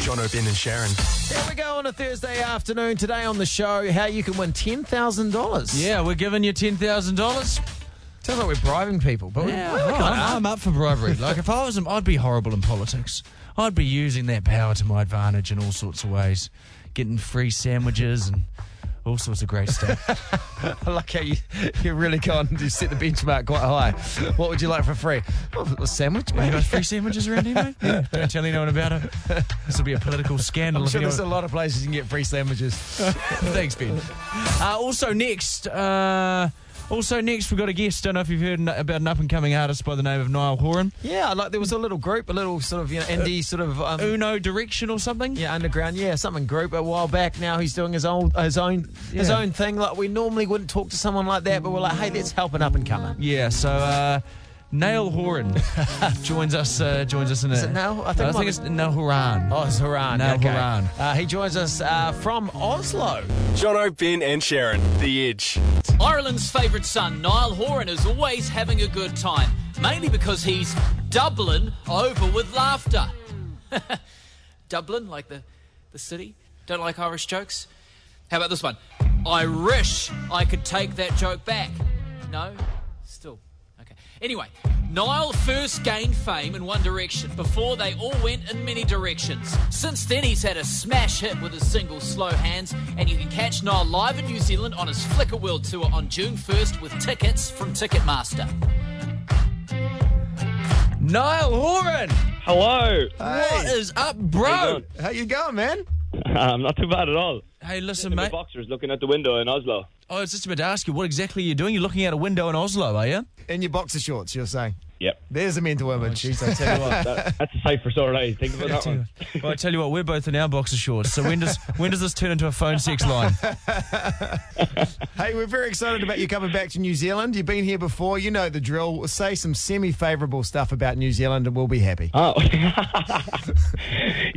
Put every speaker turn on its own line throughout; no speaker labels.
John O'Bin and Sharon.
Here we go on a Thursday afternoon. Today on the show, how you can win ten thousand dollars.
Yeah, we're giving you ten thousand dollars.
sounds like we're bribing people, but we, we
I'm, I'm up for bribery. Like if I was, him, I'd be horrible in politics. I'd be using that power to my advantage in all sorts of ways, getting free sandwiches and all sorts of great stuff.
I like how you you really gone you set the benchmark quite high. What would you like for free? Oh, a sandwich,
you
maybe.
got free sandwiches around here, mate? Don't tell anyone about it. This will be a political scandal.
I'm
if
sure
anyone-
there's a lot of places you can get free sandwiches.
Thanks, Ben. Uh, also next, uh, also next, we've got a guest. Don't know if you've heard n- about an up and coming artist by the name of Niall Horan,
Yeah, like there was a little group, a little sort of you know indie sort of um,
Uno Direction or something.
yeah underground, yeah something group a while back. Now he's doing his own his own his
Yeah.
own thing. Like we normally wouldn't talk to someone like that, but we're like, hey, let's help an up and comer.
Yeah, so uh, Nail Horan joins us. Uh, joins us in a,
Is it Nail? I
I
think
think,
it might be-
it's Nail Horan.
Oh, it's Haran.
No,
okay.
Haran.
Uh, he joins us uh, from Oslo.
John O'Bin and Sharon. The Edge.
Ireland's favourite son, Niall Horan, is always having a good time, mainly because he's Dublin over with laughter. Dublin, like the, the city? Don't like Irish jokes? How about this one? I wish I could take that joke back. No? Still. Okay. Anyway, Niall first gained fame in One Direction before they all went in many directions. Since then, he's had a smash hit with his single Slow Hands, and you can catch Niall live in New Zealand on his Flickr World Tour on June 1st with tickets from Ticketmaster.
Niall Horan,
Hello.
what is up, bro?
How you going, man?
Um, not too bad at all.
Hey, listen,
The
mate.
boxer's looking at the window in Oslo.
I was just about to ask you what exactly you're doing. You're looking out a window in Oslo, are you?
In your boxer shorts, you're saying.
Yep.
There's a mental image.
I tell you what.
That, that's a sight for sore eyes. Think about that one.
well, I tell you what. We're both in our boxer shorts. So when does when does this turn into a phone sex line?
hey, we're very excited about you coming back to New Zealand. You've been here before. You know the drill. Say some semi-favourable stuff about New Zealand, and we'll be happy.
Oh.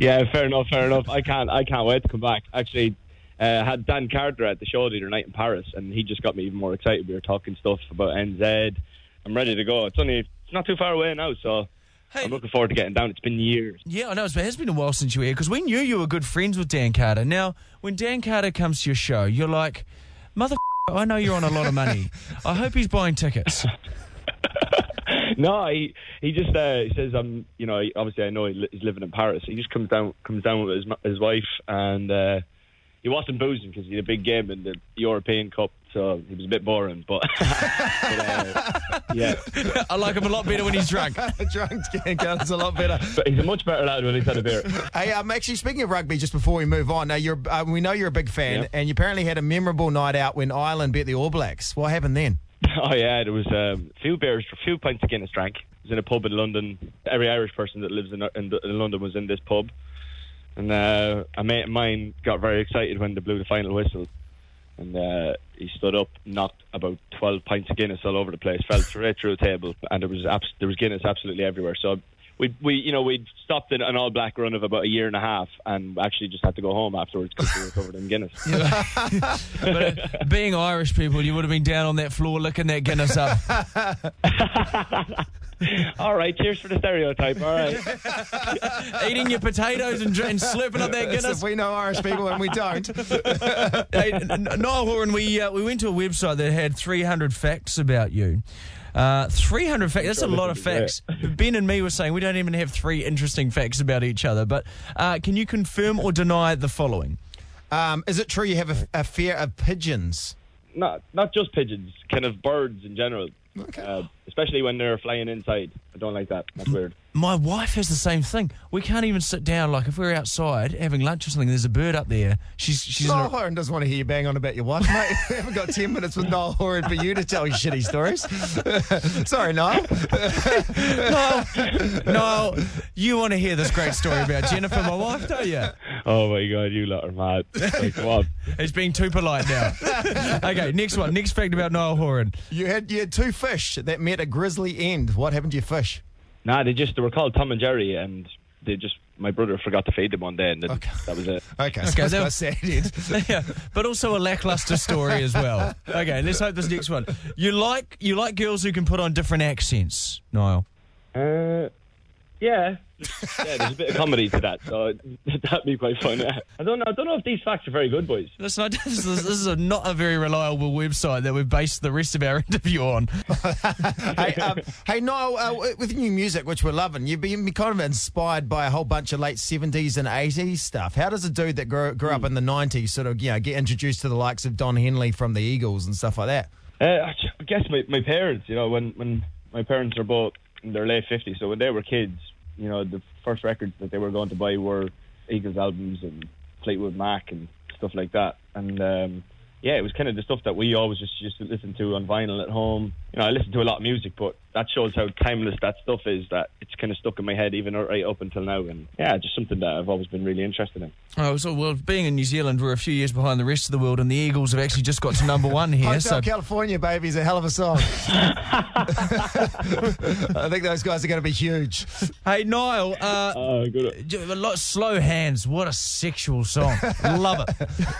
yeah, fair enough, fair enough. I can't I can't wait to come back. Actually, uh, had Dan Carter at the show the other night in Paris, and he just got me even more excited. We were talking stuff about NZ. I'm ready to go. It's only it's not too far away now, so
Hey,
I'm looking forward to getting down. It's been years.
Yeah, I know. It's- It has been a while since you were here because we knew you were good friends with Dan Carter. Now, when Dan Carter comes to your show, you're like, mother, I know you're on a lot of money. I hope he's buying tickets.
No, he he just uh, he says um you know he- obviously I know he li- he's living in Paris. He just comes down comes down with his m- his wife and uh, he wasn't boozing because he had a big game in the European Cup, so he was a bit boring. But, but, uh, yeah,
I like him a lot better when he's drunk.
Drunk Dan Carter's a lot better.
but he's a much better lad when he's had a beer.
Hey, um, actually, speaking of rugby, just before we move on, now you're, uh, we know you're a big fan,
Yeah.
and you apparently had a memorable night out when Ireland beat the All Blacks. What happened then?
Oh yeah, there was um, a few beers, a few pints of Guinness drank. It was in a pub in London. Every Irish person that lives in uh, in, in London was in this pub, and uh, a mate of mine got very excited when they blew the final whistle, and uh, he stood up, knocked about twelve pints of Guinness all over the place, fell straight through a table, and there was abs- there was Guinness absolutely everywhere. So. We, we, you know, we'd stopped in an all-black run of about a year and a half, and actually just had to go home afterwards because we were covered in Guinness.
But uh, being Irish people, you would have been down on that floor licking that Guinness up.
all right, cheers for the stereotype. All right.
Eating your potatoes and, dr- and slurping up that
If
Guinness.
we know Irish people and we don't.
Hey, N- N- Niall Horan, we, uh, we went to a website that had 300 facts about you. Uh, 300 facts, that's a lot of facts. Ben and me were saying we don't even have three interesting facts about each other, but uh, can you confirm or deny the following?
Um, is it true you have a, a fear of pigeons?
not not just pigeons, kind of birds in general. Uh, especially when they're flying inside. I don't like that. That's weird.
My wife has the same thing. We can't even sit down. Like, if we're outside having lunch or something, there's a bird up there. She's, she's in
Noel
a,
Horan doesn't want to hear you bang on about your wife, mate. we haven't got 10 minutes with Noel Horan for you to tell your shitty stories. Sorry, Noel.
Niall, Niall, you want to hear this great story about Jennifer, my wife, don't you?
Oh my god, you lot are mad. Like, come on.
It's being too polite now. okay, next one. Next fact about Niall Horan.
You had, you had two fish that met a grisly end. What happened to your fish?
Nah, they just they were called Tom and Jerry, and they just my brother forgot to feed them one day, and then that was it.
Okay, so that's
they were-
quite sad, Ed.
yeah, but also a lackluster story as well. Okay, let's hope this next one. You like you like girls who can put on different accents, Niall.
Uh, Yeah. yeah, there's a bit of comedy to that, so that'd be quite fun. I don't know. I don't know if these facts are very good, boys.
Listen, I- this is, this is a, not a very reliable website that we've based the rest of our interview on.
hey, um, hey, Niall, uh, w- with new music, which we're loving, you've been kind of inspired by a whole bunch of late 70s and 80s stuff. How does a dude that grew, grew up in the 90s sort of, you know, get introduced to the likes of Don Henley from the Eagles and stuff like that?
Uh, I ju- I guess my, my parents, you know, when, when my parents are both in their late 50s, so when they were kids, you know, the first records that they were going to buy were Eagles albums and Fleetwood Mac and stuff like that. And um, yeah, it was kind of the stuff that we always just used to listen to on vinyl at home. You know, I listened to a lot of music, but that shows how timeless that stuff is that it's kind of stuck in my head even right up until now. And yeah, just something that I've always been really interested in.
Oh, so, well, being in New Zealand, we're a few years behind the rest of the world, and the Eagles have actually just got to number one here.
Hotel
so,
California, baby, is a hell of a song. I think those guys are going to be huge.
hey, Niall, uh,
Oh, good.
j- a lot slow hands. What a sexual song. Love it.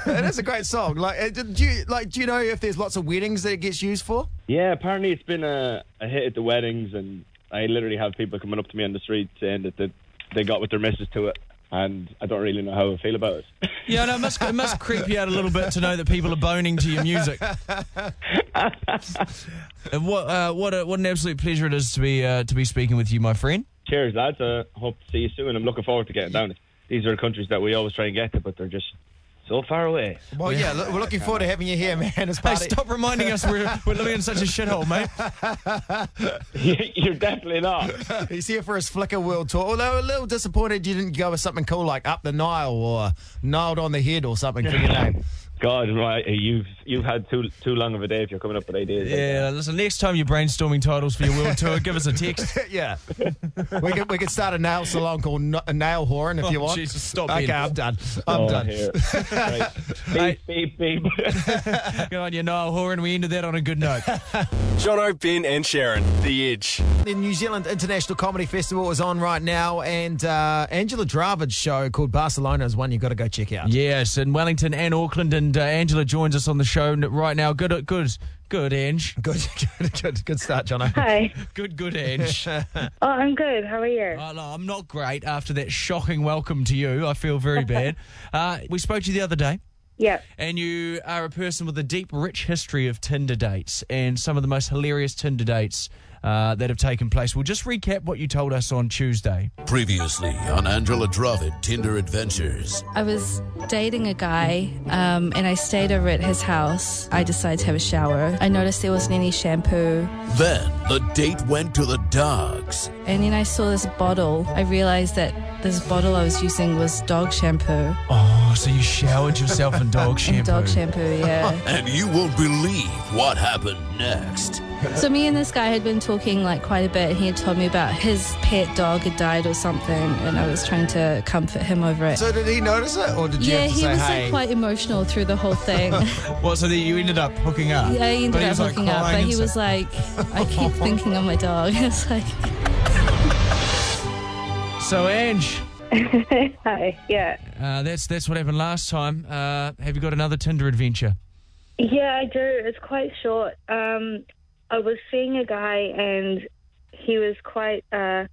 it is a great song. Like, uh, do you like? Do you know if there's lots of weddings that it gets used for?
Yeah, apparently it's been a, a hit at the weddings, and I literally have people coming up to me on the street saying that they, they got with their missus to it, and I don't really know how I feel about it.
Yeah, no, it must, it must creep you out a little bit to know that people are boning to your music. And what uh, what a, what an absolute pleasure it is to be uh, to be speaking with you, my friend.
Cheers, lads. I hope to see you soon. I'm looking forward to getting down it. These are countries that we always try and get to, but they're just so far away.
Well, yeah, look, we're looking forward to having you here, man. It's
Hey,
part of-
stop reminding us we're, we're living in such a shithole, mate.
You're definitely not.
He's here for his Flickr World Tour. Although a little disappointed you didn't go with something cool like Up the Nile or Niled on the Head or something for your name.
God, right, you've you've had too too long of a day if you're coming up with ideas. like
Yeah, listen, next time you're brainstorming titles for your world tour, give us a text.
yeah. We could, we could start a nail salon called N- Nail Horn if
Oh,
you want.
Jesus, stop
Okay,
it.
I'm done. I'm
Oh,
done.
here. Right.
Hey.
Beep, beep, beep.
Good on you, Niall Horan. We ended that on a good note.
Jono, Ben, and Sharon, The Edge.
The New Zealand International Comedy Festival is on right now, and uh, Angela Dravid's show called Barcelona is one you've got to go check out.
Yes, in Wellington and Auckland, and uh, Angela joins us on the show n- right now. Good, uh, good, good, Ange.
Good, good, good, good start, Jono.
Hi.
Good, good, Ange.
Oh, I'm good. How are you?
Oh, no, I'm not great after that shocking welcome to you. I feel very bad. Uh, we spoke to you the other day,
Yep.
and you are a person with a deep, rich history of Tinder dates and some of the most hilarious Tinder dates uh, that have taken place. We'll just recap what you told us on Tuesday.
Previously on Angela Dravid Tinder Adventures.
I was dating a guy um, and I stayed over at his house. I decided to have a shower. I noticed there wasn't any shampoo.
Then the date went to the dogs.
And then I saw this bottle. I realized that this bottle I was using was dog shampoo.
Oh, so you showered yourself in dog shampoo.
Dog shampoo, yeah.
And you won't believe what happened next.
so me and this guy had been talking like quite a bit. He had told me about his pet dog had died or something and I was trying to comfort him over it.
So did he notice it, or did you
yeah,
have to
he
say,
was
hey?
like quite emotional through the whole thing.
Well, so that you ended up hooking up.
Yeah, he ended
But
up
was, like,
hooking up,
crying
but
and
he
stuff.
was like, I keep thinking of my dog. It's like,
So, Ange,
Hi. Yeah.
uh, that's that's what happened last time. Uh, have you got another Tinder adventure?
Yeah, I do. It's quite short. Um, I was seeing a guy and he was quite uh,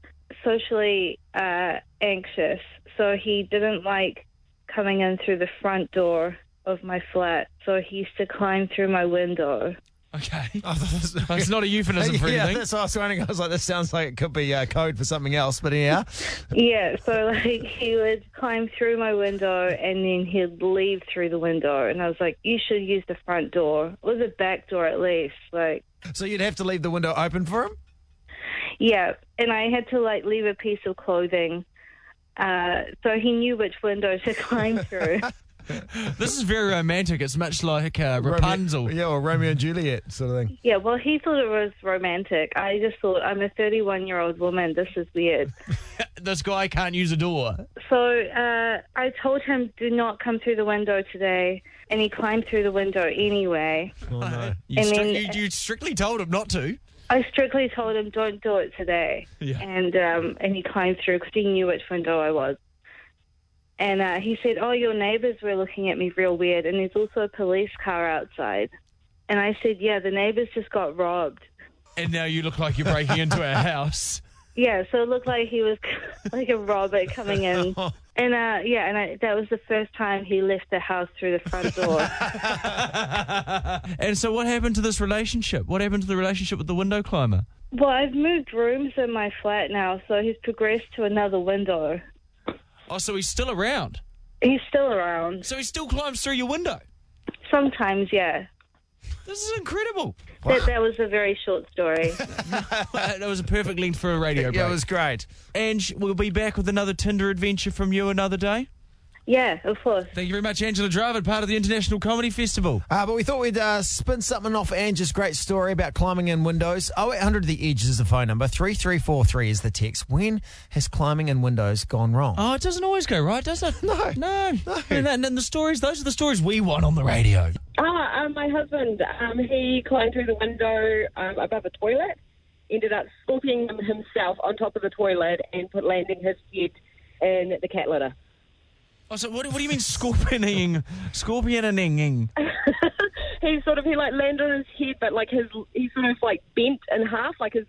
socially uh, anxious, so he didn't like coming in through the front door of my flat. So he used to climb through my window.
Okay.
I thought this-
It's not a euphemism for
yeah,
anything.
that's what I was wondering. I was like, this sounds like it could be uh, code for something else, but yeah.
Yeah, so like he would climb through my window and then he'd leave through the window, and I was like, "You should use the front door or the back door at least." Like,
so you'd have to leave the window open for him?
yeah, and I had to like leave a piece of clothing, uh, so he knew which window to climb through.
This is very romantic. It's much like uh, Rapunzel.
Romeo, yeah, or Romeo and Juliet sort of thing.
yeah, well, he thought it was romantic. I just thought, I'm a 31 year old woman. This is weird.
This guy can't use a door.
So uh, I told him, "Do not come through the window today," and he climbed through the window anyway.
Oh, You,
And
stri-
then-
you, you strictly told him not to.
I strictly told him, "Don't do it today,"
Yeah.
and um, and he climbed through because he knew which window I was. And uh, he said, "Oh, your neighbours were looking at me real weird, and there's also a police car outside." And I said, "Yeah, the neighbours just got robbed."
And now you look like you're breaking into our house.
yeah, so it looked like he was like a robber coming in. And uh, yeah, and I, that was the first time he left the house through the front door.
And so, what happened to this relationship? What happened to the relationship with the window climber?
well, I've moved rooms in my flat now, so he's progressed to another window.
Oh, so he's still around.
He's still around.
So he still climbs through your window.
Sometimes, yeah.
This is incredible.
That, that was a very short story.
that was a perfect length for a radio break.
Yeah, it was great.
Ange, we'll be back with another Tinder adventure from you another day.
yeah, of course.
Thank you very much, Angela Dravid, part of the International Comedy Festival.
Uh, but we thought we'd uh, spin something off Angie's great story about climbing in windows. 0800 The Edge is the phone number. 3343 is the text. When has climbing in windows gone wrong?
Oh, it doesn't always go right, does it?
No.
No.
No.
And, then- then the stories, those are the stories we want on the radio.
Ah, um, my husband. Um, he climbed through the window um, above a toilet, ended up scorpioning him himself on top of the toilet, and put landing his head in the cat litter.
Oh, so what, what do you mean scorpioning? Scorpioning.
He sort of he like landed on his head, but like his he sort of like bent in half, like his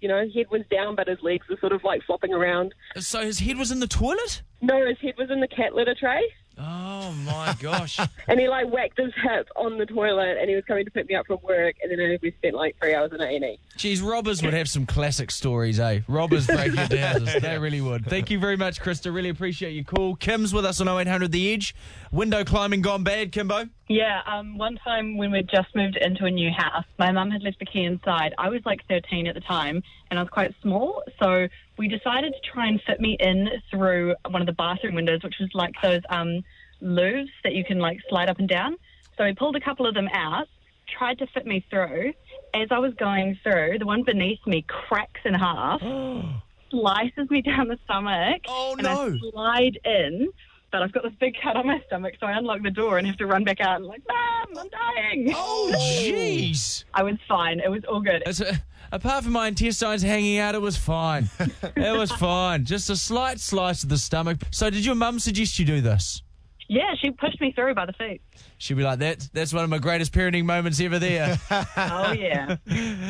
you know head was down, but his legs were sort of like flopping around.
So his head was in the toilet?
No, his head was in the cat litter tray,
Oh, my gosh.
and he like whacked his hip on the toilet, and he was coming to pick me up from work, and then we spent like three hours in A and E.
Geez, robbers would have some classic stories, eh? Robbers break into houses. They really would. Thank you very much, Krista. Really appreciate your call. Kim's with us on 0800 The Edge. Window climbing gone bad, Kimbo.
Yeah, um, one time when we'd just moved into a new house, my mum had left the key inside. I was like 13 at the time and I was quite small. So we decided to try and fit me in through one of the bathroom windows, which was like those um, louvres that you can like slide up and down. So we pulled a couple of them out, tried to fit me through. As I was going through, the one beneath me cracks in half, slices me down the stomach.
Oh,
and I
no.
slide in, but I've got this big cut on my stomach, so I unlock the door and have to run back out and like, Mom, I'm dying.
Oh, jeez.
I was fine. It was all good.
It's a- Apart from my intestines hanging out, it was fine. it was fine. Just a slight slice of the stomach. So, did your mum suggest you do this?
Yeah, she pushed me through by the feet.
She'd be like, that, that's one of my greatest parenting moments ever there.
Oh yeah.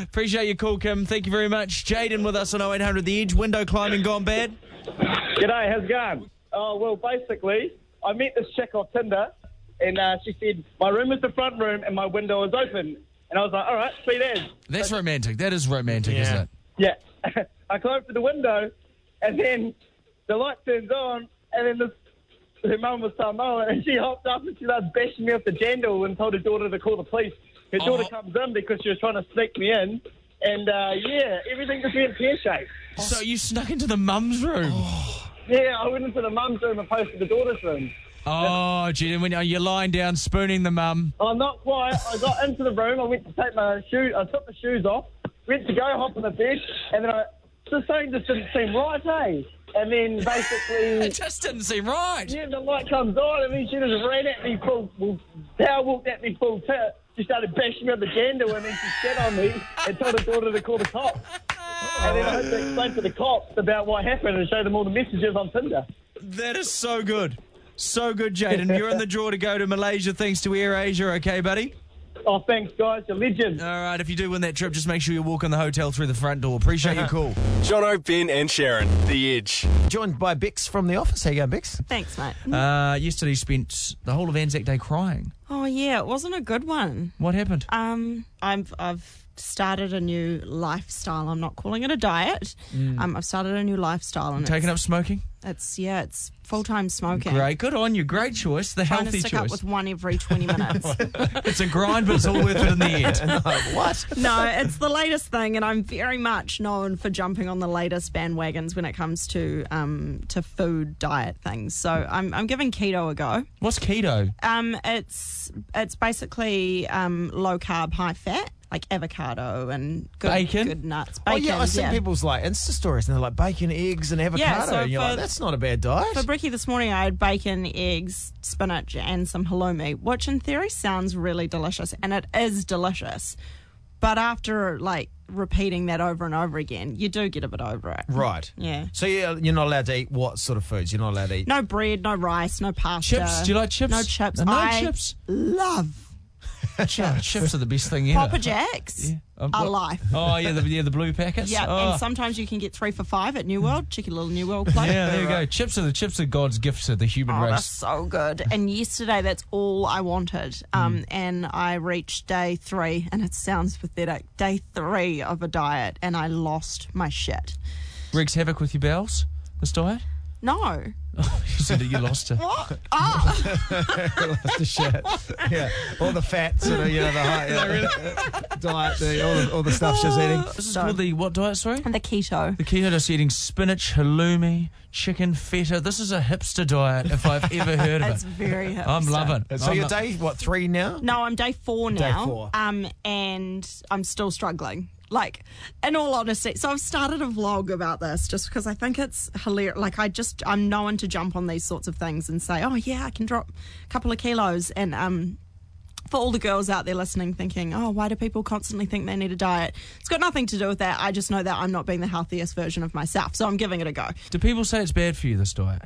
Appreciate your call, Kim. Thank you very much. Jaden with us on 0800 The Edge. Window climbing gone bad.
G'day, how's it going? Oh, well, basically, I met this chick off Tinder, and uh, she said, My room is the front room, and my window is open. And I was like, All right, sweet as.
That's romantic. That is romantic, isn't it?
Yeah. I climbed to the window, and then the light turns on, and then this, her mum was Samoan, and she hopped up and she started bashing me off the jandal and told her daughter to call the police. Her daughter
Oh.
comes in because she was trying to sneak me in, and uh, yeah, everything just went pear shaped.
So you snuck into the mum's room. Oh,
Yeah, I went into the mum's room and posted the daughter's room.
gee, Oh, when you're lying down spooning the mum.
I'm Oh, not quiet. I got into the room. I went to take my shoes. I took the shoes off. Went to go hop on the bed, and then I the thing just didn't seem right, eh? And then
It
basically,
just didn't seem right.
yeah, the light comes on, and then she just ran at me full, well, power walked at me full tit. She started bashing me on the gander, and then she sat on me and told her daughter to call the cops. And then I had to explain to the cops about what happened and show them all the messages on Tinder.
That is so good. So good, Jaden. You're in the draw to go to Malaysia thanks to Air Asia, okay, buddy?
Oh, thanks, guys. You're legends.
All right, if you do win that trip, just make sure you walk in the hotel through the front door. Appreciate your call.
Jono, Ben, and Sharon, The Edge.
Joined by Bex from the office. How you going, Bex?
Thanks, mate.
Uh, yesterday, you spent the whole of Anzac Day crying.
Oh yeah, it wasn't a good one.
What happened?
Um, I've I've started a new lifestyle. I'm not calling it a diet. Um, I've started a new lifestyle, and
Taking
it's,
Mm. up smoking?
it's yeah, it's full time smoking.
Great. Good on you. Great choice. The
Trying to
healthy
stick up
choice.
with one every twenty minutes.
It's a grind, but it's all worth it in the end.
what?
no, it's the latest thing, and I'm very much known for jumping on the latest bandwagons when it comes to um to food diet things. So I'm I'm giving keto a go.
What's keto?
Um, it's it's basically um, low carb, high fat, like avocado and good,
Bacon?
good nuts.
Oh,
Bacon,
yeah, I've seen people's like Insta stories and they're like bacon, eggs, and avocado.
so
and you're like,
for-
that's not a bad diet.
For brekkie this morning, I had bacon, eggs, spinach, and some halloumi, which in theory sounds really delicious, and it is delicious. But after like repeating that over and over again, you do get a bit over it.
right.
Yeah.
So you're, you're not allowed to eat what sort of foods? You're not allowed to eat.
No bread, no rice, no pasta.
Chips? Do you like chips?
No chips.
No
I
chips?
Love
Chips are the best thing ever.
Papa Jacks
Um,
are
what-
life.
Oh yeah, the, yeah, the blue packets.
Yeah,
Oh.
and sometimes you can get three for five at New World. Cheeky little New World plug.
yeah, there you go. Chips are the chips are God's gift to the human
Oh, that's
race.
so good. And yesterday, that's all I wanted.
Hmm.
Um, And I reached day three, and it sounds pathetic day three of a diet, and I lost my shit.
Wreaks havoc with your bowels. This diet.
No.
You said that you lost her.
What? Oh.
Lost the shit. Yeah, all the fats and you know the high, yeah, diet, the, all, the, all the stuff
Oh,
she's eating.
This is called the what diet? Sorry.
The keto.
The keto just eating spinach, halloumi, chicken, feta. This is a hipster diet if I've ever heard of
It's
it.
very
I'm
hipster.
loving. it.
So
I'm
your
lo-
day what three now?
No, I'm day four
Day
now.
four.
Um, and I'm still struggling. Like, in all honesty, so I've started a vlog about this just because I think it's hilarious. Like, I just I'm known to jump on these sorts of things and say, "Oh yeah, I can drop a couple of kilos." And um, for all the girls out there listening, thinking, "Oh, why do people constantly think they need a diet?" It's got nothing to do with that. I just know that I'm not being the healthiest version of myself, so I'm giving it a go.
Do people say it's bad for you? This diet.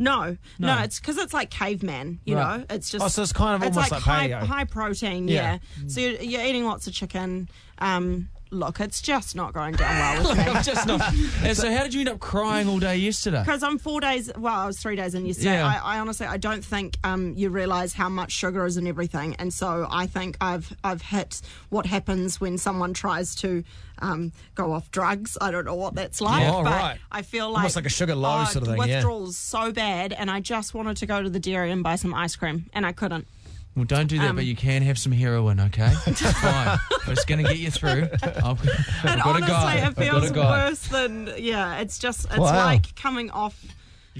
No, no,
No.
it's because it's like caveman. You
Right.
know, it's just
Oh, so it's kind of
it's
almost
like,
like
high
paleo.
high protein.
Yeah. Mm.
Yeah, so you're, you're eating lots of chicken. Um, look, it's just not going down well with me.
I'm just not. And so, how did you end up crying all day yesterday?
Because I'm four days, well, I was three days in yesterday.
Yeah.
I, I honestly, I don't think um, you realise how much sugar is in everything, and so I think I've I've hit what happens when someone tries to um, go off drugs. I don't know what that's like,
Yeah. Oh,
but
right.
I feel like
Almost like a sugar low
oh,
sort of thing, yeah.
Withdrawals so bad, and I just wanted to go to the dairy and buy some ice cream, and I couldn't.
Well, don't do that,
Um,
but you can have some heroin, okay? It's fine. But it's going to get you through. I've, I've
And
got a
honestly,
guy.
it
I've got a
feels
guy.
worse than yeah. It's just it's
Wow.
like coming off.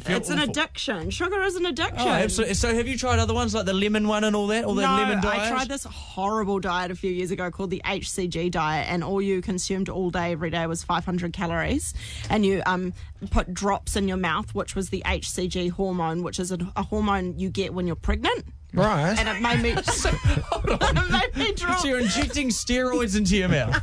feel
It's an
awful.
addiction. Sugar is an addiction.
Oh, absolutely. So, have you tried other ones like the lemon one and all that? All that
no,
lemon diet?
I tried this horrible diet a few years ago called the HCG diet, and all you consumed all day, every day was 500 calories, and you um, put drops in your mouth, which was the HCG hormone, which is a, a hormone you get when you're pregnant.
Right.
And it made me. it made me drop.
So you're injecting steroids into your mouth.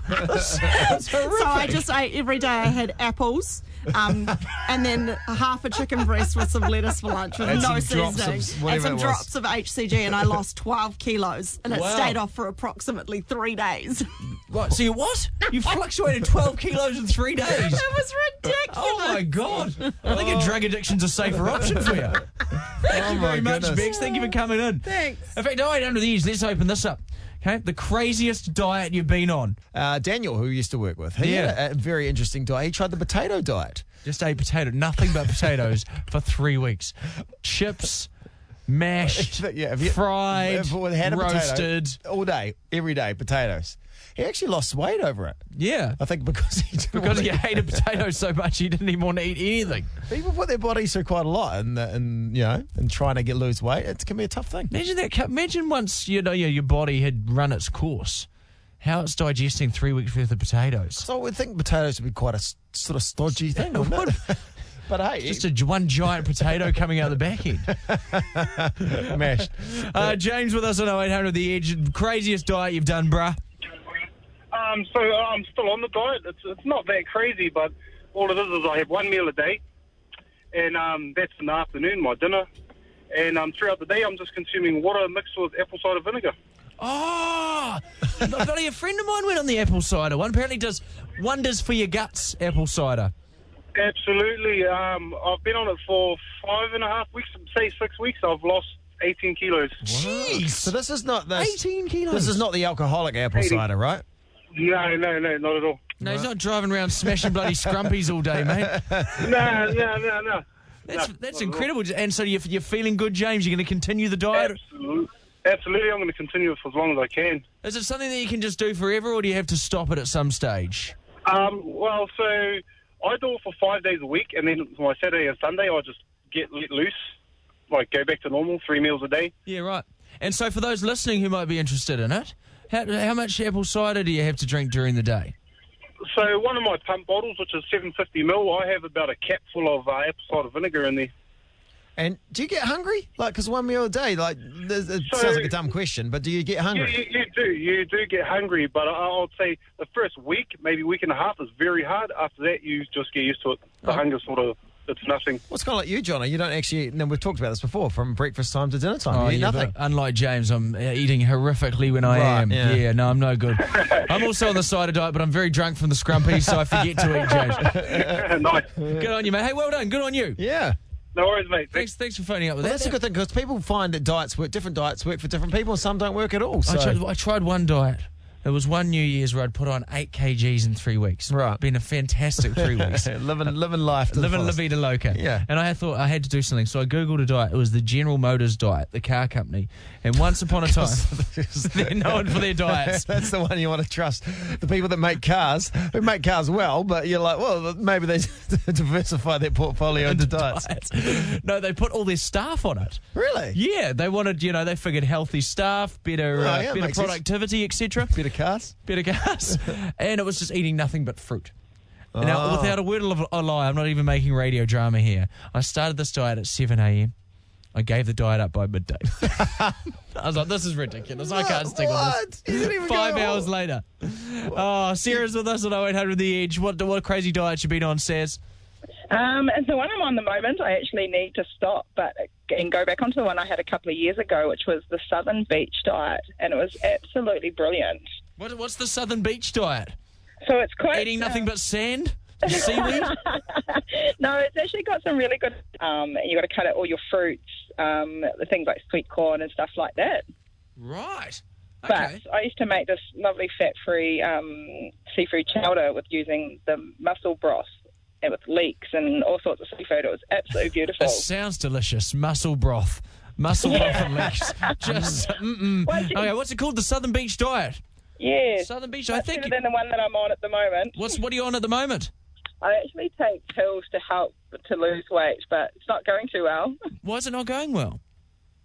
So I just ate every day. I had apples, um, and then half a chicken breast with some lettuce for lunch with
And
no
some drops of
seasoning, and
whatever it
some
was.
drops of HCG, and I lost 12 kilos, and it
Wow.
stayed off for approximately three days.
Right, so you what? You fluctuated 12 kilos in three
it
days.
was ridiculous.
Oh my god! I think a drug addiction's a safer option for you. Thank you very much,
goodness.
Bex. Thank you for coming in.
Thanks.
In fact, no, I don't know these. Let's open this up. Okay, the craziest diet you've been on.
Uh, Daniel, who we used to work with, he
Yeah.
had a, a very interesting diet. He tried the potato diet.
Just ate potato, nothing but potatoes for three weeks. Chips, mashed,
Yeah, if you-
fried,
if it had a potato
roasted.
all day, every day, potatoes. He actually lost weight over it.
Yeah,
I think because he didn't
because
want
he
to-
hated potatoes so much he didn't even want to eat anything.
people put their bodies through quite a lot, and uh, and you know, and trying to get lose weight, it can be a tough thing.
Imagine that. Imagine once you know your your body had run its course, how it's digesting three weeks worth of potatoes.
So I would think potatoes would be quite a s- sort of stodgy thing, wouldn't it? but hey,
Just a, one giant potato coming out of the back end.
mashed.
Uh, James with us on 0800 The Edge. Craziest diet you've done, bruh.
Um, so I'm still on the diet. It's, it's not that crazy, but all it is is I have one meal a day, and um, that's in the afternoon, my dinner. And um, throughout the day, I'm just consuming water mixed with apple cider vinegar.
Oh, buddy, a friend of mine went on the apple cider one. Apparently, does wonders for your guts. Apple cider.
Absolutely. Um, I've been on it for five and a half weeks, say six weeks. I've lost 18 kilos.
So this is not the
18 kilos.
This is not the alcoholic apple
Eighty.
cider, right?
No, no, no, not at all.
No, he's not driving around smashing bloody scrumpies all day, mate.
No, no, no, no.
That's
No,
that's
not at all.
incredible. And so you're, you're feeling good, James. You're going to continue the diet.
Absolutely. Absolutely, I'm going to continue it for as long as I can.
Is it something that you can just do forever, or do you have to stop it at some stage?
Um, well, so I do it for five days a week, and then my Saturday and Sunday I just get let loose, like go back to normal, three meals a day.
Yeah, right. And so for those listening who might be interested in it, how, how much apple cider do you have to drink during the day?
So one of my pump bottles, which is 750 mil, I have about a cap full of uh, apple cider vinegar in there.
And do you get hungry? Like, because one meal a day, like, th- it
So-
sounds like a dumb question, but do you get
You,
hungry?
you, you do, you do get hungry, but I, I would say the first week, maybe week and a half, is very hard. After that, you just get used to it. The hunger sort of it's nothing.
What's kind of like you, Johnny? You don't actually. And we've talked about this before. From breakfast time to dinner time,
Oh,
you eat
yeah,
nothing.
but unlike James, I'm uh, eating horrifically when I
Right,
am.
yeah.
Yeah. no, I'm no good. I'm also on the cider diet, but I'm very drunk from the scrumpy, so I forget to eat, James.
nice.
Good on you, mate. Hey, well done. Good on you.
Yeah.
No worries, mate.
Thanks, thanks for phoning up with
Well,
that.
that's a good thing because people find that diets work. Different diets work for different people, and some don't work at all.
I,
So.
tried, I tried one diet. It was one New Year's where I'd put on eight kgs in three weeks. Right, been a fantastic three weeks.
living, living life. To the
Living La
fullest.
Vida Loca.
Yeah.
And I thought I had to do something, so I googled a diet. It was the General Motors diet, the car company. And once upon a time, they're known for their diets.
That's the one you want to trust. The people that make cars, who make cars well, but you're like, well, maybe they diversify their portfolio into diets.
no, they put all their staff on it.
Really?
Yeah, they wanted, you know, they figured healthy staff, better,
Oh,
uh,
yeah,
better
makes sense.
productivity, etc.
Better cars.
Better cars. and it was just eating nothing but fruit. Now,
Oh.
without a word of a lie, I'm not even making radio drama here. I started this diet at 7 a.m. I gave the diet up by midday. I was like, this is ridiculous. I can't stick
What? You
with
didn't even
this. Five
go-
hours later. Oh, Sarah's with us on 0800 The Edge. What, what crazy diet you been on, Saz?
Um, it's the one I'm on the moment. I actually need to stop, but and go back onto the one I had a couple of years ago, which was the Southern Beach diet, and it was absolutely brilliant.
What, what's the Southern Beach diet?
So it's quite
eating nothing but sand, seaweed.
no, it's actually got some really good. Um, you got to cut out all your fruits, um, the things like sweet corn and stuff like that.
right.
But I used to make this lovely fat-free um, seafood chowder with using the mussel broth and with leeks and all sorts of seafood. It was absolutely beautiful.
Oh.
It sounds delicious. Mussel broth. Mussel broth and leeks. Just, mm-mm. Mm. Okay, what's it called? The Southern Beach diet.
Yeah.
Southern Beach,
Much
I think.
Better than the one that I'm on at the moment.
What's what are you on at the moment?
I actually take pills to help to lose weight, but it's not going too well.
Why is it not going well?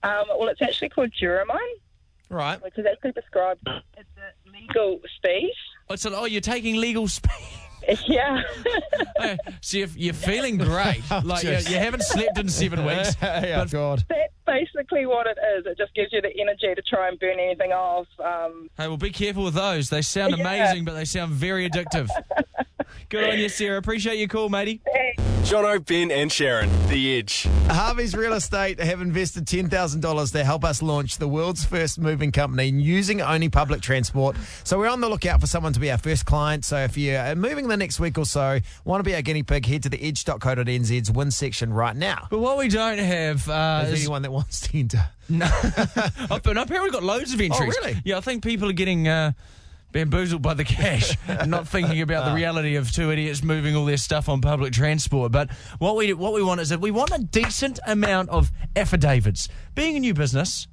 Um, well, it's actually called Duramine.
Right.
Which is actually prescribed at the legal speed.
Oh, so, oh you're taking legal speed.
Yeah.
Okay, so you're, you're feeling great. Like you,
jeez.
you haven't slept in seven weeks.
Yeah,
but-
oh, God.
That's basically what it is. It just gives you the energy to try and burn anything off. Um,
Hey, well, be careful with those. They sound
Yeah.
amazing, but they sound very addictive. Good on you, Sarah. Appreciate your call, matey.
Jono, Ben, and Sharon, The Edge.
Harvey's Real Estate have invested $10,000 to help us launch the world's first moving company using only public transport. So we're on the lookout for someone to be our first client. So if you're uh, moving the next week or so, want to be our guinea pig, head to the edge.co.nz's win section right now.
But what we don't have uh,
Is
is
anyone that wants to enter?
I've been, apparently we've got loads of entries.
really?
Yeah, I think people are getting uh, bamboozled by the cash and not thinking about the reality of two idiots moving all their stuff on public transport. But what we what we want is that we want a decent amount of affidavits. Being a new business,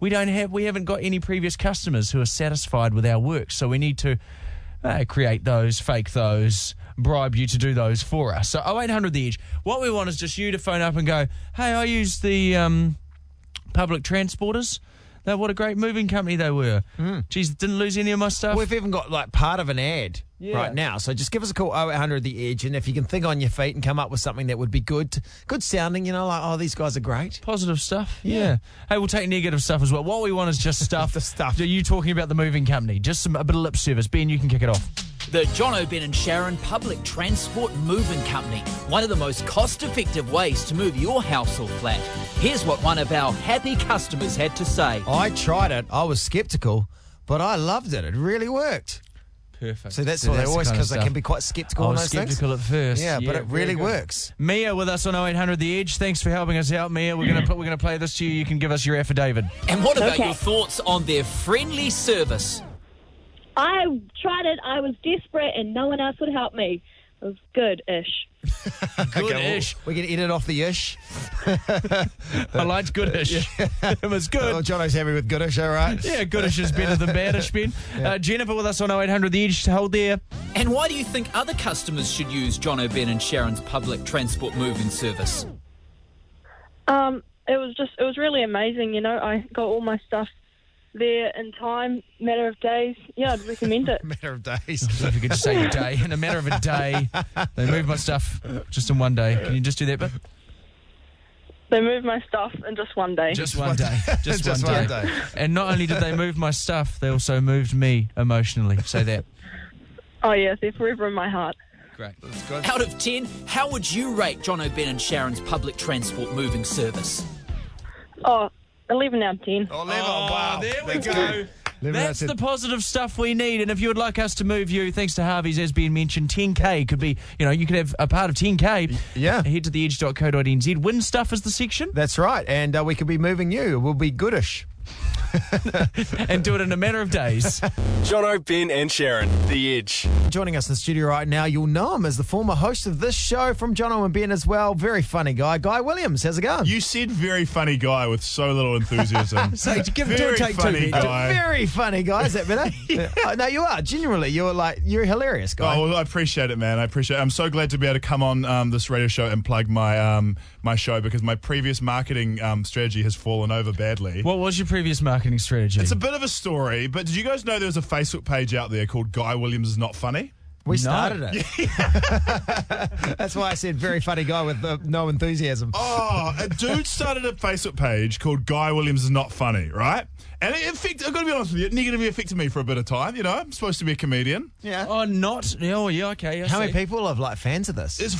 we don't have we haven't got any previous customers who are satisfied with our work, so we need to uh, create those, fake those. Bribe you to do those for us. So 0800 the edge. What we want is just you to phone up and go, hey, I use the um, public transporters. Now, what a great moving company they were. Jeez, didn't lose any of my stuff.
Hmm. We've even got like part of an ad right now. So just give us a call 0800 The Edge. And if you can think on your feet and come up with something that would be good, good sounding, you know, like, oh, these guys are great.
Positive stuff. Yeah. Hey, we'll take negative stuff as well. What we want is just stuff. the stuff. Are you talking about the moving company? Just some a bit of lip service. Ben, you can kick it off.
The John O'Ben and Sharon Public Transport Moving Company, one of the most cost effective ways to move your house or flat. Here's what one of our happy customers had to say.
I tried it. I was skeptical, but I loved it. It really worked.
Perfect.
So that's why they always, because they can be quite skeptical
I
on
was
those things.
skeptical at first.
Yeah, but
Yeah,
it really
very good.
works.
Mia with us on 0800 The Edge. Thanks for helping us out, Mia. We're gonna put, we're gonna play this to you. You can give us your affidavit.
And what about your thoughts on their friendly service?
I tried it. I was desperate, and no one else would help me. It was good-ish.
Good ish. We can edit off the ish. I
liked good ish. it was good.
Well, Oh, Jono's happy with good ish, all right?
Yeah, goodish is better than badish, Ben. Uh, Jennifer with us on 0800 The Edge. Hold there.
And why do you think other customers should use John O'Ben and Sharon's public transport moving service?
Um, it was just, it was really amazing. You know, I got all my stuff there in time, matter of days. Yeah, I'd recommend it.
matter of days.
If you could just say a day, in a matter of a day, they moved my stuff just in one day. Can you just do that bit?
They moved my stuff in just one day.
Just one day. Just,
Just
one,
one
day.
day.
And not only did they move my stuff, they also moved me emotionally. Say that.
Oh yeah, they're forever in my heart.
Great.
Out of 10, how would you rate John O'Ben and Sharon's public transport moving service?
Oh, 11 out of
Oh,
10.
wow. There we
That's
go.
good.
That's the positive stuff we need. And if you would like us to move you, thanks to Harvey's, as being mentioned, 10K could be, you know, you could have a part of 10K.
Yeah.
Head to the edge.co.nz. Win stuff is the section.
That's right. And uh, we could be moving you. We'll be goodish.
and do it in a matter of days.
Jono, Ben, and Sharon, The Edge.
Joining us in the studio right now, you'll know him as the former host of this show from John Owen Ben as well. Very funny guy. Guy Williams, how's it going?
You said very funny guy with so little enthusiasm.
So give
very
do a take
funny
two.
guy.
Very funny guy, is that better? Uh, No, you are. Genuinely, you're like you're hilarious guy.
Oh, well, I appreciate it, man. I appreciate. it. I'm so glad to be able to come on um, this radio show and plug my um, my show because my previous marketing um, strategy has fallen over badly.
What was your previous marketing strategy?
It's a bit of a story, but did you guys know there's a Facebook page out there called Guy Williams is Not Funny?
We started it. That's why I said very funny guy with uh, no enthusiasm.
Oh, a dude started a Facebook page called Guy Williams is Not Funny, right? And it affected, I've got to be honest with you, it negatively affected me for a bit of time. You know, I'm supposed to be a comedian.
Yeah.
Oh, not. Oh, yeah, okay. I
How many
see.
people have like fans of this?
There's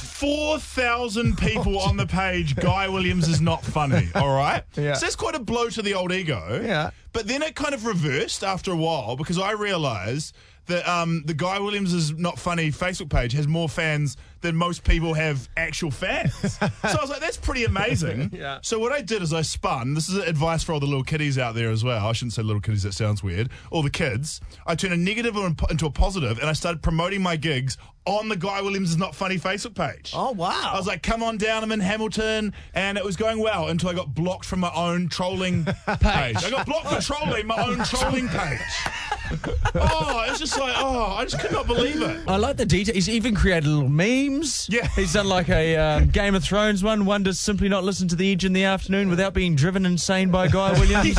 4,000 people on the page, Guy Williams is Not Funny, all right?
Yeah.
So that's quite a blow to the old ego.
Yeah.
But then it kind of reversed after a while because I realised that um, the Guy Williams is Not Funny Facebook page has more fans than most people have actual fans. so I was like, that's pretty amazing.
Yeah.
So what I did is I spun. This is advice for all the little kiddies out there as well. I shouldn't say little kiddies; that sounds weird. All the kids. I turned a negative into a positive, and I started promoting my gigs on the Guy Williams is not funny Facebook page.
Oh wow!
I was like, "Come on down, I'm in Hamilton," and it was going well until I got blocked from my own trolling page. I got blocked for trolling my own trolling page. Oh, it's just like, oh, I just could not believe it.
I like the detail. He's even created little memes. Yeah. He's done like a um, Game of Thrones one. One does simply not listen to the edge in the afternoon without being driven insane by Guy Williams.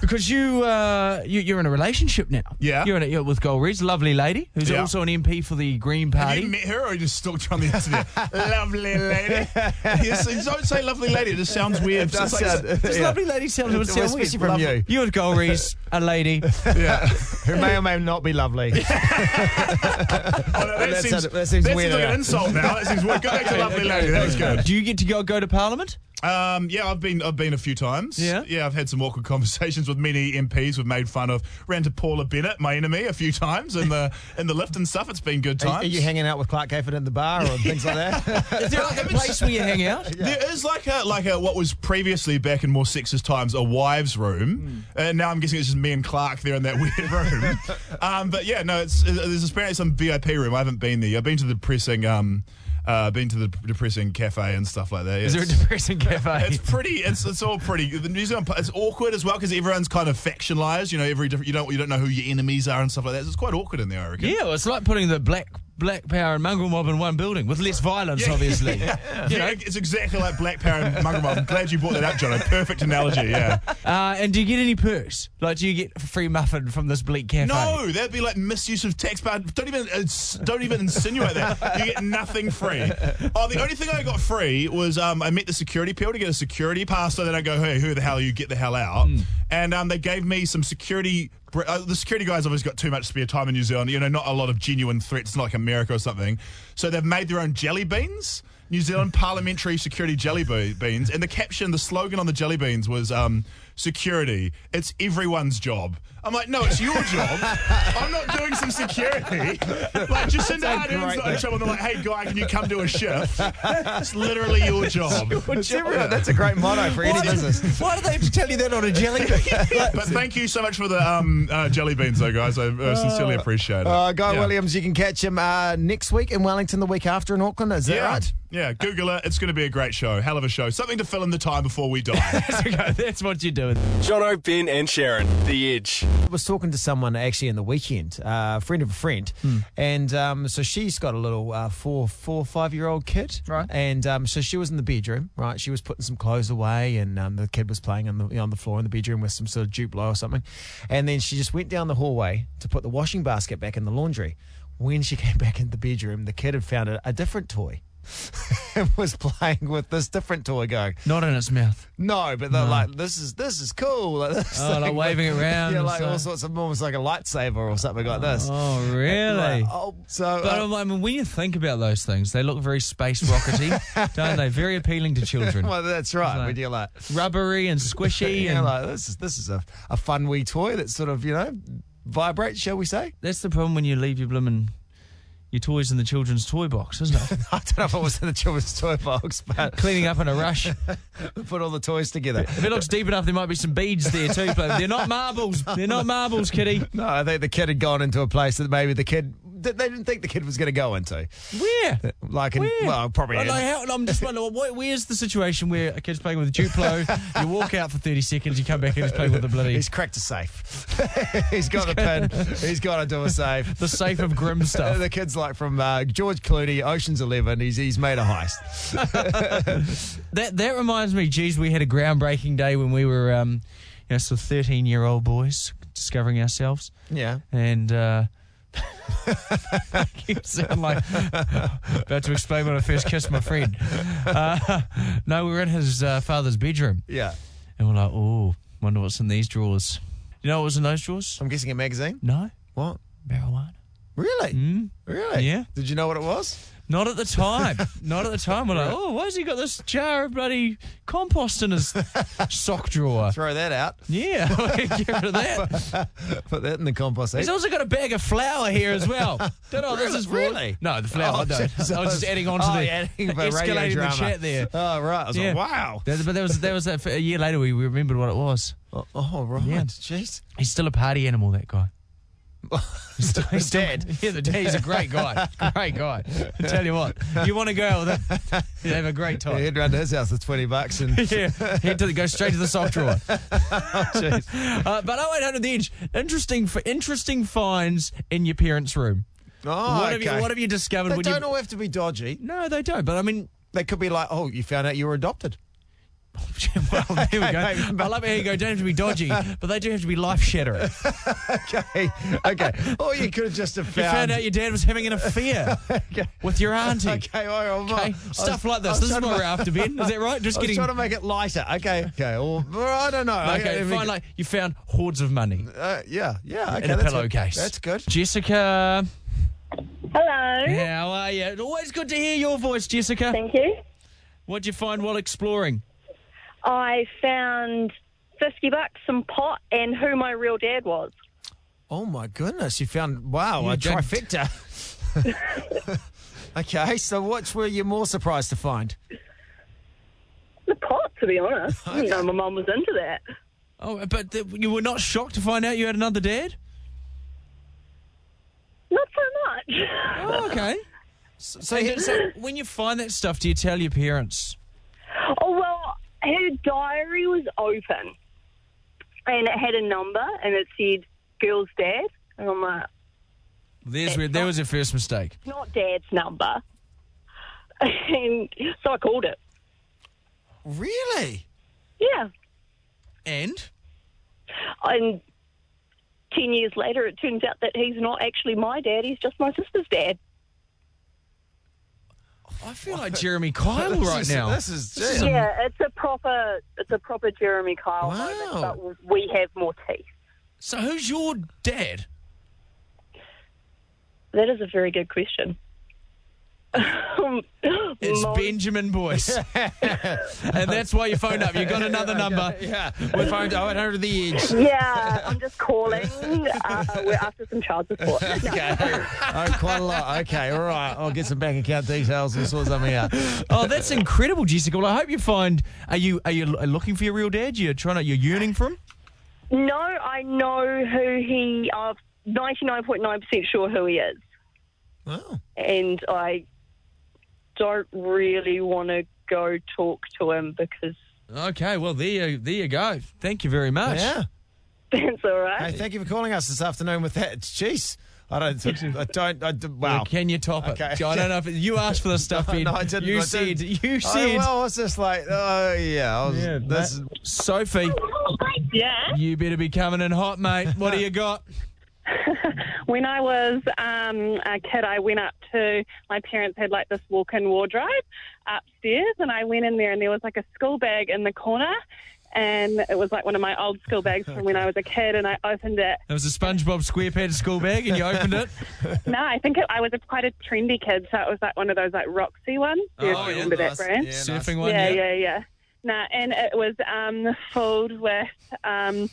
Because you, uh, you, you're in a relationship now. Yeah. You're in it you're with Gold Rees, lovely lady, who's
Yeah.
also an MP for the Green
Have
Party.
you met her or you just stalked her on the internet? lovely lady. Yes, you don't say lovely lady. It just sounds weird.
It does
It's like-
sound- Does yeah. lovely lady sound- would sound weird?
from you.
You and Gold Rees, a lady.
Yeah.
Who may or may not be lovely.
that,
That
seems,
sounded- that seems weirder.
like an insult now. That seems weird. Go back to lovely lady. That was good.
Do you get to go go to Parliament?
Um, yeah, I've been I've been a few times. Yeah, yeah, I've had some awkward conversations with many MPs. We've made fun of. Ran to Paula Bennett, my enemy, a few times in the in the lift and stuff. It's been good
Are, are
times.
you hanging out with Clark Gayford in the bar or things like that?
Is there like a place where you hang out?
There is like a like a what was previously back in more sexist times a wives' room,
Hmm.
and now I'm guessing it's just me and Clark there in that weird room. um, but yeah, no, it's, uh, there's apparently some VIP room. I haven't been there. I've been to the depressing um, uh, been to the depressing cafe and stuff like that.
Is there a
It's-
depressing cafe?
It's pretty. It's it's all pretty. The New Zealand. It's awkward as well because everyone's kind of factionalized. You know, every different. You don't you don't know who your enemies are and stuff like that. So it's quite awkward in there. I reckon.
Yeah, well, it's like putting the black black power and mongrel mob in one building with less violence, obviously.
Yeah.
You know?
Yeah, it's exactly like Black Power and Muggle Mob. I'm glad you brought that up, John. A perfect analogy, yeah.
Uh, and do you get any perks? Like, do you get a free muffin from this bleak cafe?
No, that'd be like misuse of taxpayer. Don't even ins- don't even insinuate that. You get nothing free. Oh, the only thing I got free was um, I met the security people to get a security pass, so they don't go, hey, who the hell are you? Get the hell out. And um, they gave me some security. br- Uh, the security guys obviously got too much spare time in New Zealand. You know, not a lot of genuine threats, not like America or something. So they've made their own jelly beans. New Zealand parliamentary security jelly be- beans, and the caption, the slogan on the jelly beans was um, "Security, it's everyone's job." I'm like, no, it's your job. I'm not doing some security. Like Jacinda
That's a
Ardern's
great-
not in trouble. They're like, hey, guy, can you come to a shift? It's literally your job.
It's everyone- That's a great motto for any
Why-
business.
Why do they have to tell you that on a jelly
but thank you so much for the um, uh, jelly beans, though, guys. I uh, sincerely appreciate it.
Uh, Guy
Yeah.
Williams, you can catch him uh, next week in Wellington, the week after in Auckland. Is that
yeah.
right?
Yeah, Google it. It's going to be a great show. Hell of a show. Something to fill in the time before we die.
That's what you're doing.
Jono, Ben, and Sharon, The Edge.
I was talking to someone actually in the weekend, uh, a friend of a friend, and um, so she's got a little uh, four, four, five year old kid, right? And um, so she was in the bedroom, right? She was putting some clothes away, and um, the kid was playing on the on the floor in the bedroom with some sort of Duplo or something, and then she just went down the hallway to put the washing basket back in the laundry. When she came back in the bedroom, the kid had found a, a different toy. was playing with this different toy going.
Not in its mouth.
No, but they're
No.
like, this is this is cool. Like, this
Oh, like
thing-
waving it round
Yeah,
and
like all
stuff.
sorts of almost like a lightsaber or something like this.
Oh, really?
Like, oh, so
But
uh,
um, I mean, when you think about those things, they look very space rockety, don't they? Very appealing to children.
well, that's right. when you're like
rubbery and squishy,
yeah,
and
like this is this is a, a fun wee toy that sort of you know vibrates, shall we say?
that's the problem when you leave your bloomin' your toys in the children's toy box, isn't it?
I don't know if it was in the children's toy box, but
Cleaning up in a rush.
put all the toys together.
If it looks deep enough, there might be some beads there too, but they're not marbles. They're not marbles, kitty.
No, I think the kid had gone into a place that maybe the kid that they didn't think the kid was going to go into.
Where?
Like, in,
Where?
well, probably.
I
in-
know how- and I'm just wondering, where, where's the situation where a kid's playing with a Duplo, you walk out for 30 seconds, you come back and he's playing with a bloody...
He's cracked a safe. he's got the pin. He's got to do a safe.
The safe of grim stuff.
the kid's like from uh, George Clooney, Ocean's Eleven. He's he's made a heist.
That that reminds me, geez, we had a groundbreaking day when we were, um, you know, sort of thirteen-year-old boys discovering ourselves,
yeah.
and uh, I keep sounding like about to explain when I first kissed my friend. Uh, no, we were in his uh, father's bedroom,
Yeah.
and we're like, oh, wonder what's in these drawers. You know what was in those drawers?
I'm guessing a magazine.
No,
What?
marijuana.
Really?
Mm.
Really?
Yeah.
Did you know what it was?
Not at the time. Not at the time. We're like, oh, why's he got this jar of bloody compost in his sock drawer?
Throw that out.
Yeah, get rid of that.
Put that in the compost heap.
He's also got a bag of flour here as well. Don't know if this is raw.
Really?
No, the flour.
Oh,
no.
Jesus.
I was just adding on to
Oh,
the
adding the radio
escalating the
drama.
chat there.
Oh right. I was
Yeah.
like, wow.
There's- But there was there was that a year later we remembered what it was.
Oh, oh right.
Yeah.
Jeez.
He's still a party animal, that guy. He's still- he's
His
still-
dad.
Yeah, the dad. He's a great guy. Great guy. I tell you what, you want to go out with him, you have a great
Yeah,
time.
head round to his house for twenty bucks and
yeah, head to the, go straight to the sock drawer. uh, but 0800 The Edge, interesting, for interesting finds in your parents' room.
Oh,
what, have
okay.
you, what have you discovered?
They
when
don't
you,
all have to be dodgy.
No, they don't. But I mean,
They could be like, oh, you found out you were adopted.
well, there we go. I love it. Here you go. Don't have to be dodgy, but they do have to be life shattering.
okay, okay. Or you could have just have
You
found.
found out your dad was having an affair with your auntie.
Okay, all right, all right.
Okay,
I was-
Stuff like
I
this.
was
This is
trying to
what we're
make-
after, Ben. Is that right? Just
I was
getting.
trying to make it lighter. Okay, okay. Or, or I don't know. I-
okay,
I mean,
fine. Like you found hordes of money
uh, yeah, yeah. Okay,
in a
that's
pillowcase.
Good. That's good.
Jessica,
Hello.
how are you? Always good to hear your voice, Jessica.
Thank you.
What'd you find while exploring?
I found 50 bucks, some pot, and who my real dad was.
Oh my goodness, you found wow
You
a
did-
trifecta. okay, so what were you more surprised to find?
The pot, to be honest. I didn't know my mum was into that.
Oh, but th- you were not shocked to find out you had another dad.
Not so much.
Oh, okay. So, so, so when you find that stuff, do you tell your parents?
Oh, well, her diary was open and it had a number and it said, girl's dad. And I'm like,
There's where there was your first mistake.
it's not dad's number. And so I called it.
Really?
Yeah.
And
And 10 years later, it turns out that he's not actually my dad, he's just my sister's dad.
I feel like Jeremy Kyle
This
right
is-
now.
this is-
a-
Yeah, it's a proper, it's a proper Jeremy Kyle
Wow.
moment, but we have more teeth.
So who's your dad?
That is a very good question.
It's
Most-
Benjamin Boyce, and that's why you phoned up. You got another number.
Yeah,
We phoned 0800 Oh, the edge.
Yeah, I'm just calling. Uh, we're after some child support. No.
Okay. oh, quite a lot. Okay, all right. I'll get some bank account details and sort something out.
Oh, that's incredible, Jessica. Well, I hope you find. Are you are you lo- looking for your real dad? You're trying to. You're yearning for him.
No, I know who he. I'm 99.9% sure who he is,
Wow.
and I don't really want to go talk to him because
Okay. Well, there you there you go. Thank you very much.
Yeah.
that's all right.
Hey, thank you for calling us this afternoon with that. Jeez. I don't. I don't. I, d- wow.
Well, can you top it?
Okay.
I don't know if you asked for this stuff, Ben.
No, I didn't.
You
I
said
didn't.
you said.
I, well, I was just like, oh yeah. I was,
Yeah,
this is
Sophie,
Yeah.
you better be coming in hot, mate. What do you got?
when I was um, a kid, I went up to my parents had like this walk-in wardrobe upstairs, and I went in there, and there was like a school bag in the corner, and it was like one of my old school bags from when I was a kid, and I opened it.
That was a SpongeBob SquarePants school bag, and you opened it.
No, I think it, I was a, quite a trendy kid, so it was like one of those like Roxy ones. Do you
Oh, yeah,
remember
nice.
that brand?
Yeah, nice. Surfing one,
Yeah,
yeah.
yeah, yeah. Nah, and it was um, filled with um,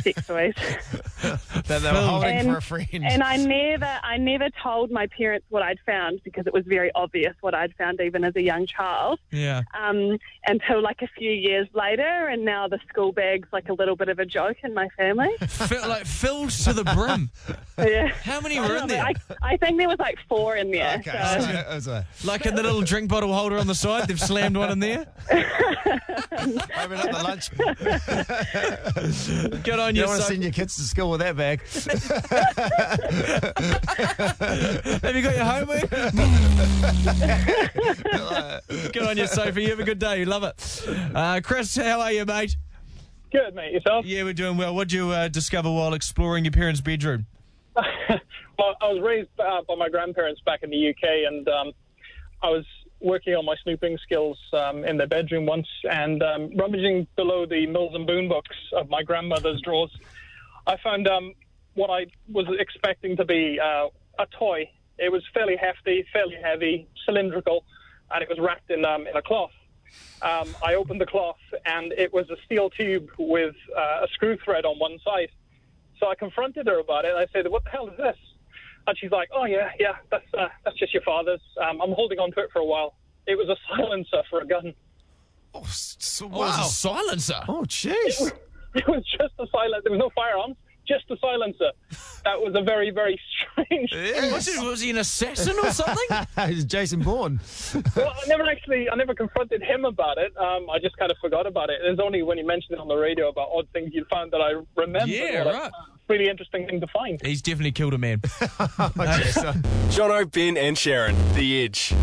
sex toys.
That they were holding
And-
for a friend.
And I never, I never told my parents what I'd found because it was very obvious what I'd found even as a young child.
Yeah.
Um, until like a few years later, and now the school bag's like a little bit of a joke in my family.
Fill, like filled to the brim.
yeah.
How many were in there?
I, I think there was like four in there. so-
Like in the little drink bottle holder on the side, they've slammed one in there.
Open up the lunch.
Get on
you.
your
don't want to
son.
send your kids to school with that bag.
Have you got your homework? Good on you, Sophie. You have a good day. Love it. Uh, Chris, how are you, mate?
Good, mate. Yourself?
Yeah, we're doing well. What would you uh, discover while exploring your parents' bedroom?
Well, I was raised uh, by my grandparents back in the UK, and um, I was working on my snooping skills um, in their bedroom once, and um, rummaging below the Mills and Boon books of my grandmother's drawers, I found um, what I was expecting to be uh, a toy. It was fairly hefty, fairly heavy, cylindrical, and it was wrapped in, um, in a cloth. Um, I opened the cloth, and it was a steel tube with uh, a screw thread on one side. So I confronted her about it. And I said, "What the hell is this?" And she's like, "Oh yeah, yeah, that's uh, that's just your father's. Um, I'm holding on to it for a while. It was a silencer for a gun.
So,
Oh, it's a silencer.
Oh, jeez.
It was just a silencer. There was no firearms. Just a silencer. That was a very, very strange.
Was, it, was he an assassin or something?
He's Jason Bourne.
well, I never actually, I never confronted him about it. Um, I just kind of forgot about it. It was only when you mentioned it on the radio about odd things you found that I remembered.
Yeah,
what I
right.
found. Really interesting thing to find.
Oh,
He's definitely killed a man.
John O'Bin and Sharon, The Edge.